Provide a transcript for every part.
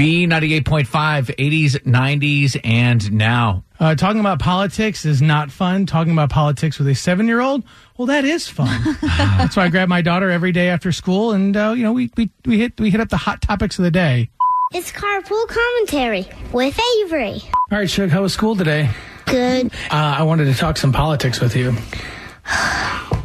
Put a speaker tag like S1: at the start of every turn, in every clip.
S1: B98.5, 80s, 90s, and now.
S2: Uh, talking about politics is not fun. Talking about politics with a seven year old, well, that is fun. That's why I grab my daughter every day after school, and uh, you know we, we we hit we hit up the hot topics of the day.
S3: It's carpool commentary with Avery.
S2: All right, Shug, how was school today?
S3: Good.
S2: Uh, I wanted to talk some politics with you.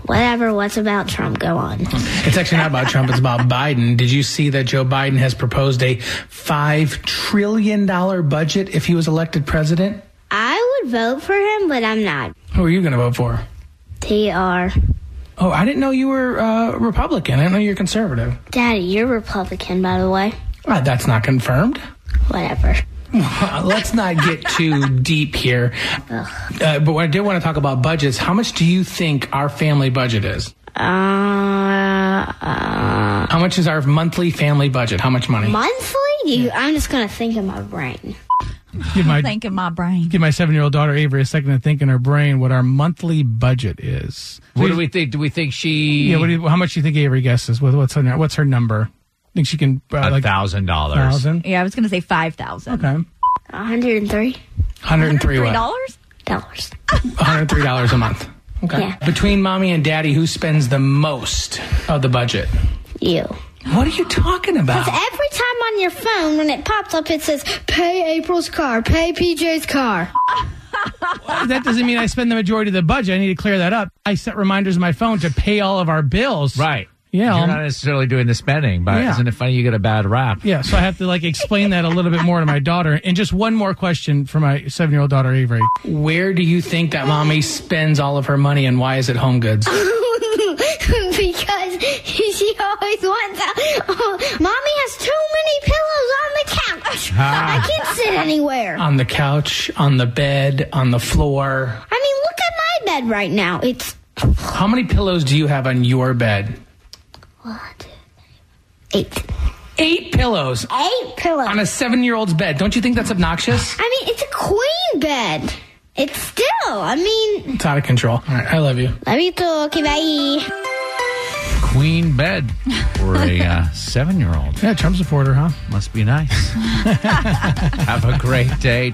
S3: Whatever. What's about Trump? Go on.
S2: It's actually not about Trump, it's about Biden. Did you see that Joe Biden has proposed a $5 trillion budget if he was elected president?
S3: I would vote for him, but I'm not.
S2: Who are you going to vote for?
S3: Tr.
S2: Oh, I didn't know you were uh, Republican. I didn't know you're conservative.
S3: Daddy, you're Republican, by the way.
S2: Uh, that's not confirmed.
S3: Whatever.
S2: Uh, let's not get too deep here. Uh, but what I did want to talk about budgets. How much do you think our family budget is?
S3: Uh, uh
S2: How much is our monthly family budget? How much money?
S3: monthly? You, I'm just gonna think in my brain.
S2: Give my
S4: Think in my brain.
S2: give my seven year old daughter Avery a second to think in her brain what our monthly budget is.
S1: What do we think? Do we think she
S2: Yeah, what do you, how much do you think Avery guesses? What, what's her what's her number? Think she can uh,
S1: a
S2: like
S1: thousand dollars?
S2: thousand?
S4: Yeah, I was going to say 5000
S2: Okay,
S3: hundred and three
S2: hundred and three
S4: $3?
S2: one
S3: dollars.
S2: hundred three dollars a month. Okay.
S3: Yeah.
S2: Between mommy and daddy, who spends the most of the budget?
S3: You.
S2: What are you talking about?
S3: Every time on your phone, when it pops up, it says, "Pay April's car. Pay PJ's car."
S2: that doesn't mean I spend the majority of the budget. I need to clear that up. I set reminders on my phone to pay all of our bills.
S1: Right.
S2: Yeah,
S1: You're
S2: um,
S1: not necessarily doing the spending, but
S2: Yeah.
S1: isn't it funny you get a bad rap?
S2: Yeah, so I have to like explain that a little bit more to my daughter. And just one more question for my seven year old daughter, Avery. Where do you think that mommy spends all of her money and why is it home goods?
S3: because she always wants out. mommy has too many pillows on the couch. I can't sit anywhere.
S2: on the couch, on the bed, on the floor.
S3: I mean, look at my bed right now. It's
S2: How many pillows do you have on your bed?
S3: one, two, three, eight.
S2: Eight pillows
S3: Eight pillows.
S2: on a seven year old's bed. Don't you think that's obnoxious?
S3: I mean, it's a queen bed. It's still. I mean,
S2: It's out of control. All right, I love you.
S3: let me talk. Okay, bye.
S1: Queen bed for a uh, seven year old.
S2: Yeah, Trump supporter, huh?
S1: Must be nice. Have a great day.